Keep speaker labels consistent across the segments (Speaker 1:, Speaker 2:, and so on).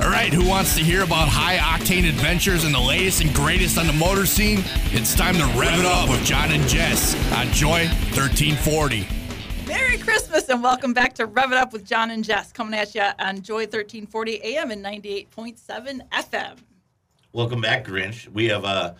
Speaker 1: right, who wants to hear about high octane adventures and the latest and greatest on the motor scene? It's time to rev it up with John and Jess on Joy 1340.
Speaker 2: Merry Christmas and welcome back to Rev It Up with John and Jess, coming at you on Joy 1340 AM and 98.7 FM.
Speaker 3: Welcome back, Grinch. We have uh,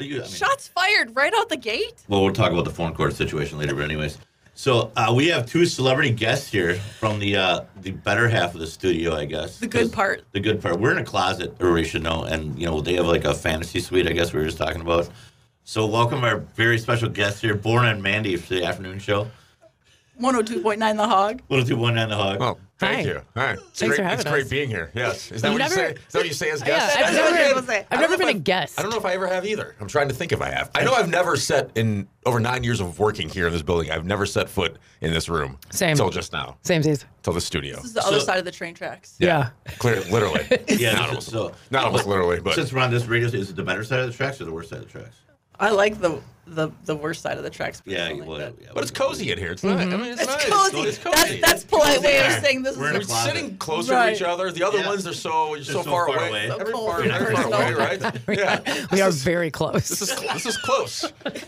Speaker 3: you, I mean,
Speaker 2: Shots fired right out the gate.
Speaker 3: well, we'll talk about the phone cord situation later, but anyways. So uh, we have two celebrity guests here from the uh, the better half of the studio, I guess.
Speaker 2: The good
Speaker 3: 'Cause-
Speaker 2: part.
Speaker 3: The good part. We're in a closet, everybody should know, and you know they have like a fantasy suite. I guess we were just talking about. So welcome our very special guest here, Born and Mandy for the afternoon show.
Speaker 2: 102.9 The Hog.
Speaker 3: Little two one nine the hog.
Speaker 4: Well, thank
Speaker 5: Hi.
Speaker 4: you. Hi. It's
Speaker 5: Thanks
Speaker 4: great,
Speaker 5: for having
Speaker 4: It's great
Speaker 5: us.
Speaker 4: being here. Yes. Is that
Speaker 5: You've
Speaker 4: what you
Speaker 5: never-
Speaker 4: say? Is that what you say as
Speaker 5: Yeah,
Speaker 4: guests?
Speaker 5: I've
Speaker 4: I
Speaker 5: never,
Speaker 2: what people say.
Speaker 5: I've
Speaker 4: don't
Speaker 5: never
Speaker 4: know if
Speaker 5: been a guest.
Speaker 4: I don't know if I ever have either. I'm trying to think if I have. I know I've never set in over nine years of working here in this building. I've never set foot in this room.
Speaker 5: Same.
Speaker 4: Until just now.
Speaker 5: Same days.
Speaker 4: Until the studio.
Speaker 2: This is the other
Speaker 3: So-
Speaker 2: side of the train tracks.
Speaker 5: Yeah.
Speaker 4: Clear, literally.
Speaker 3: Yeah,
Speaker 4: Not
Speaker 3: so-
Speaker 4: almost.
Speaker 3: so-
Speaker 4: not almost literally, but
Speaker 3: Since we're on this radio, is it the better side of the tracks or the worst side of the tracks?
Speaker 2: I like the, the the worst side of the tracks.
Speaker 3: Yeah,
Speaker 2: personally,
Speaker 3: well, yeah.
Speaker 4: but it's cozy in here. It's nice. I
Speaker 5: Mm-hmm.
Speaker 4: mean, it's,
Speaker 2: It's
Speaker 4: nice.
Speaker 2: cozy.
Speaker 4: It's
Speaker 2: That's, that's polite way of saying this
Speaker 3: We're in
Speaker 4: We're
Speaker 3: a
Speaker 2: is.
Speaker 3: closet.
Speaker 4: sitting closer
Speaker 2: Right.
Speaker 4: to each other. The other
Speaker 3: Yeah.
Speaker 4: ones are so you're so, far, away.
Speaker 2: So
Speaker 4: Every
Speaker 2: cold
Speaker 4: far,
Speaker 2: and
Speaker 4: every far
Speaker 2: personal.
Speaker 4: away, right? Yeah.
Speaker 5: We are very close.
Speaker 4: This is this is close. Man,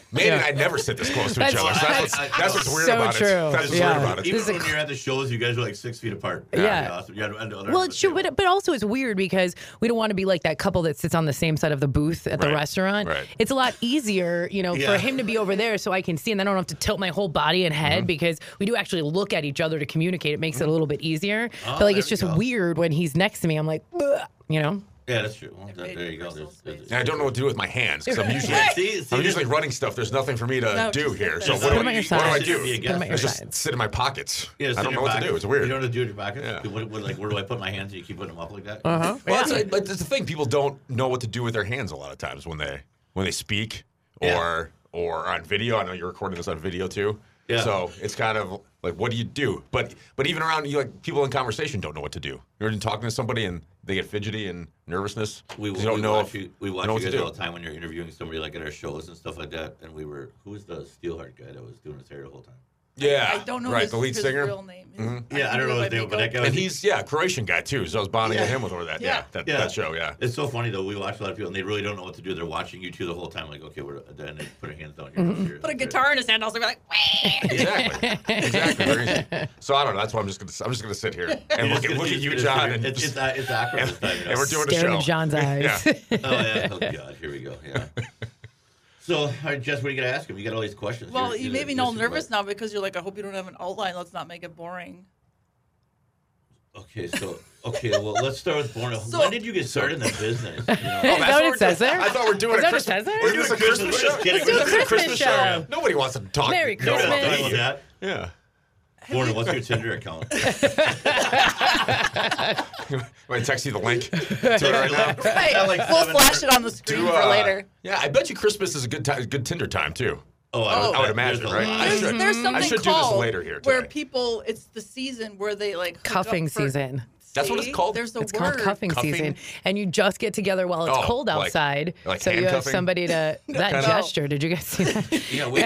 Speaker 4: and
Speaker 5: Yeah.
Speaker 4: I never sit this close to each
Speaker 5: That's-
Speaker 4: other. So that's, what's,
Speaker 3: that's-
Speaker 4: that's what's weird
Speaker 5: so
Speaker 4: about
Speaker 5: true.
Speaker 4: it. That's what's
Speaker 5: Yeah.
Speaker 4: weird about it.
Speaker 3: Even
Speaker 5: This is a
Speaker 3: when you're at the shows, you guys are like six feet apart.
Speaker 5: Yeah.
Speaker 3: That'd be awesome. You had- had- had-
Speaker 5: Well, it's true, but, but also it's weird because we don't want to be like that couple that sits on the same side of the booth at the
Speaker 4: Right,
Speaker 5: restaurant.
Speaker 4: right.
Speaker 5: It's a lot easier, you know,
Speaker 3: Yeah.
Speaker 5: for him to be over there so I can see, and then I don't have to tilt my whole body and
Speaker 4: Mm-hmm.
Speaker 5: head because we do actually look at each other to communicate. It makes it a little bit easier.
Speaker 4: Oh,
Speaker 5: but like
Speaker 3: there
Speaker 5: it's
Speaker 3: we
Speaker 5: just
Speaker 3: go.
Speaker 5: weird when he's next to me. I'm like, "Ugh," you know,
Speaker 3: Yeah, that's true. Well, that-
Speaker 2: made
Speaker 3: there you go.
Speaker 2: personal
Speaker 3: There's- there's-
Speaker 4: And I don't know what to do with my hands because I'm usually
Speaker 3: Yeah, see, see,
Speaker 4: I'm usually
Speaker 3: this-
Speaker 4: running stuff. There's nothing for me to
Speaker 2: No,
Speaker 4: do
Speaker 2: just
Speaker 4: here.
Speaker 2: sit
Speaker 4: So
Speaker 2: there.
Speaker 4: what do,
Speaker 5: Put 'em
Speaker 4: I,
Speaker 5: at your
Speaker 4: what do I
Speaker 5: sides.
Speaker 4: do?
Speaker 3: Just be a
Speaker 5: Put 'em at
Speaker 4: I
Speaker 5: your
Speaker 3: guest.
Speaker 4: just
Speaker 5: sides.
Speaker 4: sit in my pockets.
Speaker 3: Yeah, it's
Speaker 4: I
Speaker 3: in
Speaker 4: don't
Speaker 3: your
Speaker 4: know what to
Speaker 3: pocket.
Speaker 4: do. It's
Speaker 3: You
Speaker 4: weird.
Speaker 3: don't know what to do with your pockets.
Speaker 4: Yeah.
Speaker 3: What, what, like, where do I put my hands? You keep putting them up like that.
Speaker 5: uh-huh.
Speaker 4: Well, that's, but that's the thing. People don't know what to do with their hands a lot of times when they when they speak
Speaker 3: Yeah.
Speaker 4: or or on video. I know you're recording this on video too.
Speaker 3: Yeah.
Speaker 4: So it's kind of like, what do you do? But but even around you, like people in conversation don't know what to do. You're talking to somebody and they get fidgety and nervousness.
Speaker 3: We,
Speaker 4: 'cause
Speaker 3: we,
Speaker 4: you don't know.
Speaker 3: watch
Speaker 4: if-
Speaker 3: you, we
Speaker 4: don't
Speaker 3: watch
Speaker 4: know
Speaker 3: you
Speaker 4: what to
Speaker 3: guys
Speaker 4: do.
Speaker 3: all the time when you're interviewing somebody, like at our shows and stuff like that. And we were, who was the Steelheart guy that was doing his hair the whole time?
Speaker 4: Yeah.
Speaker 2: I don't know
Speaker 4: Right.
Speaker 2: his,
Speaker 4: the lead
Speaker 2: his
Speaker 4: singer. Mm-hmm.
Speaker 2: real name.
Speaker 3: Yeah, I don't know his name, but that guy.
Speaker 4: and he's yeah Croatian guy too. So I was bonding
Speaker 3: Yeah.
Speaker 4: with him with over that. Yeah.
Speaker 2: Yeah.
Speaker 4: that,
Speaker 3: Yeah.
Speaker 4: that show. Yeah.
Speaker 3: It's so funny though. We watch a lot of people, and they really don't know what to do. They're watching you two the whole time. Like, okay, we're then they put their hands down
Speaker 5: Mm-hmm.
Speaker 3: here. here,
Speaker 2: Put a
Speaker 3: here.
Speaker 2: guitar in his hand, also be like, "Wah!"
Speaker 4: Exactly. exactly. Very easy. So I don't know. That's why I'm just gonna I'm just gonna sit here and
Speaker 3: You're
Speaker 4: look
Speaker 3: just
Speaker 4: at
Speaker 3: gonna-
Speaker 4: look at
Speaker 3: you're
Speaker 4: you,
Speaker 3: just
Speaker 4: John,
Speaker 3: gonna-
Speaker 4: and
Speaker 3: It's,
Speaker 4: just
Speaker 3: it's, uh, it's awkward this time. you know?
Speaker 4: and we're doing a
Speaker 5: staring
Speaker 4: show.
Speaker 5: in John's eyes.
Speaker 4: Yeah.
Speaker 3: Oh yeah. Oh god. Here we go. Yeah. So, all right, Jess, what are you gonna ask him? You got all these questions.
Speaker 2: Well,
Speaker 3: You're-
Speaker 2: you
Speaker 3: you're
Speaker 2: made me
Speaker 3: the-
Speaker 2: all
Speaker 3: this is
Speaker 2: nervous
Speaker 3: what-
Speaker 2: now because you're like, I hope you don't have an outline. Let's not make it boring.
Speaker 3: Okay. So, okay. Well, let's start with Born.
Speaker 2: So-
Speaker 3: when did you get started in the business? You know?
Speaker 5: Is that what it says there?
Speaker 4: I thought Oh, we're doing
Speaker 5: Is
Speaker 4: a
Speaker 5: that what
Speaker 4: Christmas.
Speaker 5: it says there?
Speaker 4: We're doing a Christmas
Speaker 3: We're
Speaker 4: show.
Speaker 3: just kidding.
Speaker 4: We're
Speaker 5: Let's do
Speaker 4: doing
Speaker 5: a Christmas show.
Speaker 4: Nobody wants to talk.
Speaker 5: Merry
Speaker 4: nobody wants to
Speaker 3: Don't
Speaker 5: Christmas.
Speaker 4: talk
Speaker 3: talk about that.
Speaker 4: to you. Yeah.
Speaker 3: Born, what's your Tinder account?
Speaker 4: Am I text you the link to it right now?
Speaker 2: Right.
Speaker 3: Got like
Speaker 2: we'll
Speaker 3: seven
Speaker 2: flash
Speaker 3: hundred-
Speaker 2: it on the screen
Speaker 4: Do,
Speaker 2: for
Speaker 4: uh,
Speaker 2: later.
Speaker 4: Yeah, I bet you Christmas is a good time, good Tinder time too.
Speaker 3: Oh,
Speaker 2: Oh.
Speaker 3: bet
Speaker 2: I would
Speaker 3: there's
Speaker 4: imagine,
Speaker 3: a
Speaker 4: right?
Speaker 3: lot.
Speaker 4: I
Speaker 2: There's,
Speaker 4: should-
Speaker 2: there's something
Speaker 4: I should do this
Speaker 2: called
Speaker 4: later here
Speaker 2: where
Speaker 4: today.
Speaker 2: people. It's the season where they like hook up
Speaker 5: cuffing
Speaker 2: for-
Speaker 5: season.
Speaker 4: That's what it's
Speaker 2: See?
Speaker 4: called?
Speaker 2: There's a
Speaker 5: It's
Speaker 2: word.
Speaker 5: called cuffing,
Speaker 4: Cuffing?
Speaker 5: season, and you just get together while it's
Speaker 4: Oh,
Speaker 5: cold
Speaker 4: like-
Speaker 5: outside,
Speaker 4: like
Speaker 5: so you have
Speaker 4: handcuffing?
Speaker 5: somebody to. That
Speaker 4: Kinda.
Speaker 5: gesture, did you guys see that?
Speaker 3: Yeah, we,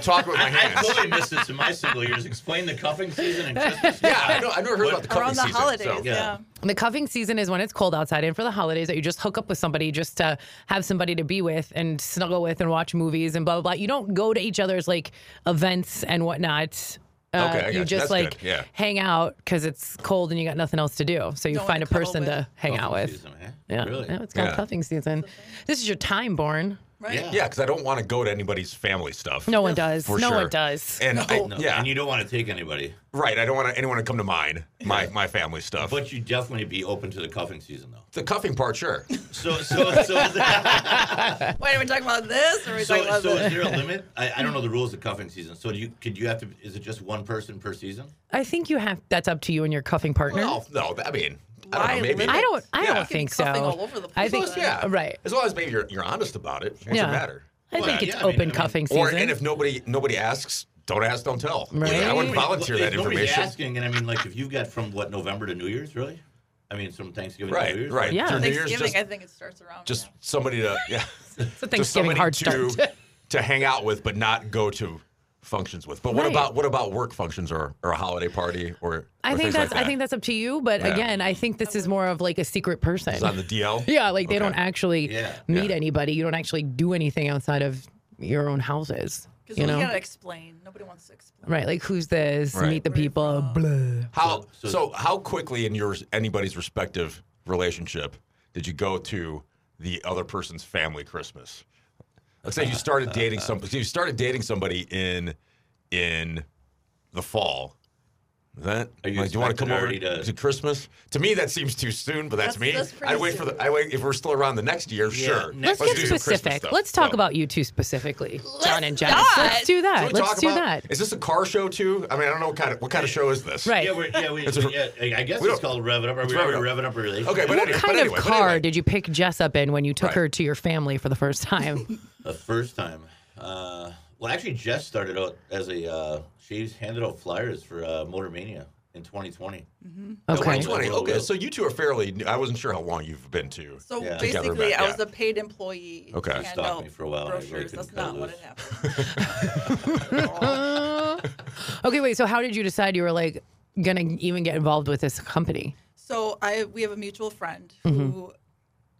Speaker 4: Talk with my
Speaker 3: I, I
Speaker 4: hands.
Speaker 3: totally missed this in my single years. Explain the cuffing season and Christmas.
Speaker 4: Yeah, I know. I never heard about the cuffing
Speaker 2: around the
Speaker 4: season.
Speaker 2: holidays.
Speaker 4: so-
Speaker 2: yeah.
Speaker 3: yeah.
Speaker 5: The cuffing season is when it's cold outside, and for the holidays, that you just hook up with somebody just to have somebody to be with and snuggle with and watch movies and blah blah blah. You don't go to each other's like events and whatnot. Uh,
Speaker 4: Okay, I
Speaker 5: you
Speaker 4: gotcha.
Speaker 5: just
Speaker 4: That's
Speaker 5: like
Speaker 4: good. Yeah.
Speaker 5: hang out because it's cold and you got nothing else to do. So you
Speaker 2: Don't
Speaker 5: find
Speaker 2: wanna
Speaker 5: a person
Speaker 2: cuddle with.
Speaker 5: to hang out
Speaker 3: Cuffing
Speaker 5: with.
Speaker 3: season, eh?
Speaker 5: Yeah,
Speaker 3: Really?
Speaker 5: Yeah, it's called
Speaker 4: Yeah.
Speaker 5: cuffing season. This is your time, born.
Speaker 2: Right.
Speaker 3: Yeah.
Speaker 4: Yeah, because I don't want to go to anybody's family stuff.
Speaker 5: No one does.
Speaker 4: for
Speaker 5: no
Speaker 4: sure.
Speaker 5: one does.
Speaker 4: And I,
Speaker 3: No,
Speaker 4: yeah,
Speaker 3: And you don't want to take anybody,
Speaker 4: right. I don't want anyone to come to mine. My my family stuff.
Speaker 3: but you definitely be open to the cuffing season, though.
Speaker 4: the cuffing part, sure.
Speaker 3: So, so, so, is, that,
Speaker 2: Wait, are we talking about this or are we talking
Speaker 3: so,
Speaker 2: about
Speaker 3: so
Speaker 2: this?
Speaker 3: is there a limit? I, I don't know the rules of cuffing season. So, do you could you have to? Is it just one person per season?
Speaker 5: I think you have. That's up to you and your cuffing partner.
Speaker 4: No, no. I mean, I
Speaker 2: Why
Speaker 4: don't know. Maybe
Speaker 2: limit?
Speaker 5: I don't. I
Speaker 4: Yeah.
Speaker 5: don't think so.
Speaker 2: Cuffing all over the
Speaker 5: I
Speaker 2: place.
Speaker 5: think.
Speaker 2: Well,
Speaker 4: Yeah,
Speaker 5: Right.
Speaker 4: As long as maybe you're you're honest about it. What's
Speaker 5: Yeah.
Speaker 4: the matter?
Speaker 5: I
Speaker 3: Well,
Speaker 5: think
Speaker 3: yeah,
Speaker 5: it's
Speaker 3: I mean-
Speaker 5: open
Speaker 3: I mean-
Speaker 5: cuffing season.
Speaker 4: Or and if nobody nobody asks, don't ask, don't tell.
Speaker 5: Right.
Speaker 4: I wouldn't
Speaker 3: Nobody-
Speaker 4: volunteer
Speaker 3: if
Speaker 4: that
Speaker 3: nobody's
Speaker 4: information.
Speaker 3: asking, and I mean, like, if you've got from what November to New Year's, really? I mean, from Thanksgiving to
Speaker 4: Right,
Speaker 3: New Year's,
Speaker 4: right.
Speaker 5: Yeah.
Speaker 4: Through New Year's,
Speaker 2: Thanksgiving,
Speaker 4: just,
Speaker 2: I think it starts around.
Speaker 4: just
Speaker 2: now.
Speaker 4: somebody to yeah,
Speaker 5: it's a Thanksgiving
Speaker 4: just somebody
Speaker 5: hard
Speaker 4: to
Speaker 5: start.
Speaker 4: to hang out with, but not go to functions with. But what
Speaker 5: Right.
Speaker 4: about what about work functions or, or a holiday party or?
Speaker 5: I
Speaker 4: or
Speaker 5: think
Speaker 4: things
Speaker 5: that's
Speaker 4: like
Speaker 5: I think that's up to you, but again, I think this is more of like a secret person.
Speaker 4: It's on the DL.
Speaker 5: yeah, like they
Speaker 4: Okay.
Speaker 5: don't actually
Speaker 3: Yeah.
Speaker 5: meet
Speaker 4: Yeah.
Speaker 5: anybody. You don't actually do anything outside of your own houses.
Speaker 2: Because
Speaker 5: You know,
Speaker 2: we gotta explain. Nobody wants to explain.
Speaker 5: right? Like who's this?
Speaker 4: Right.
Speaker 5: Meet the people. Blah.
Speaker 4: How so,
Speaker 3: So-
Speaker 4: How quickly in yours anybody's respective relationship did you go to the other person's family Christmas? Let's say you started dating some. You started dating somebody in in the fall. Is that
Speaker 3: Are you
Speaker 4: like, do you want to
Speaker 3: expected
Speaker 4: come over
Speaker 3: already to-
Speaker 4: to Christmas? To me, that seems too soon, but that's,
Speaker 2: That's-
Speaker 4: me.
Speaker 2: that's pretty
Speaker 4: I wait for
Speaker 2: soon.
Speaker 4: the. I wait if we're still around the next year. sure.
Speaker 5: Let's,
Speaker 4: do some
Speaker 5: get
Speaker 4: Christmas
Speaker 5: specific.
Speaker 4: stuff.
Speaker 5: Let's talk
Speaker 4: So-
Speaker 5: about you two specifically, John and Jess.
Speaker 2: not.
Speaker 5: Let's do
Speaker 4: Can
Speaker 5: that.
Speaker 4: we
Speaker 5: Let's
Speaker 4: talk
Speaker 5: do
Speaker 4: about-
Speaker 5: that.
Speaker 4: Is this a car show too? I mean, I don't know what kind of what kind of show is this.
Speaker 5: Right.
Speaker 3: Yeah, we're, yeah, we,
Speaker 4: It's a-
Speaker 3: yeah, I guess
Speaker 4: we
Speaker 3: it's
Speaker 4: don't-
Speaker 3: called Rev It Up. Are
Speaker 4: it's
Speaker 3: we
Speaker 4: Rev It
Speaker 3: already
Speaker 4: Up.
Speaker 3: Rev It Up relationship?
Speaker 4: Okay, but
Speaker 5: What
Speaker 4: anyway,
Speaker 5: kind
Speaker 4: but anyway,
Speaker 5: of
Speaker 4: but
Speaker 5: car
Speaker 4: anyway.
Speaker 5: did you pick Jess up in when you took
Speaker 4: Right.
Speaker 5: her to your family for the first time?
Speaker 3: The first time. Uh, well, actually, Jess started out as a. Uh, she handed out flyers for uh, Motor Mania in 2020.
Speaker 5: Okay.
Speaker 4: 2020.
Speaker 3: Well,
Speaker 4: Okay,
Speaker 3: well.
Speaker 4: so you two are fairly. new- I wasn't sure how long you've been to.
Speaker 2: So
Speaker 3: Yeah.
Speaker 4: Together
Speaker 2: basically,
Speaker 4: back,
Speaker 2: I
Speaker 4: yeah.
Speaker 2: was a paid employee.
Speaker 4: Okay.
Speaker 2: to
Speaker 4: You
Speaker 2: hand
Speaker 3: stalked
Speaker 2: out
Speaker 3: me for a while, I really
Speaker 2: Brochures. That's
Speaker 3: couldn't
Speaker 2: not
Speaker 3: cut
Speaker 2: what
Speaker 3: loose.
Speaker 2: had happened.
Speaker 5: okay, wait. So how did you decide you were like gonna even get involved with this company?
Speaker 2: So I we have a mutual friend who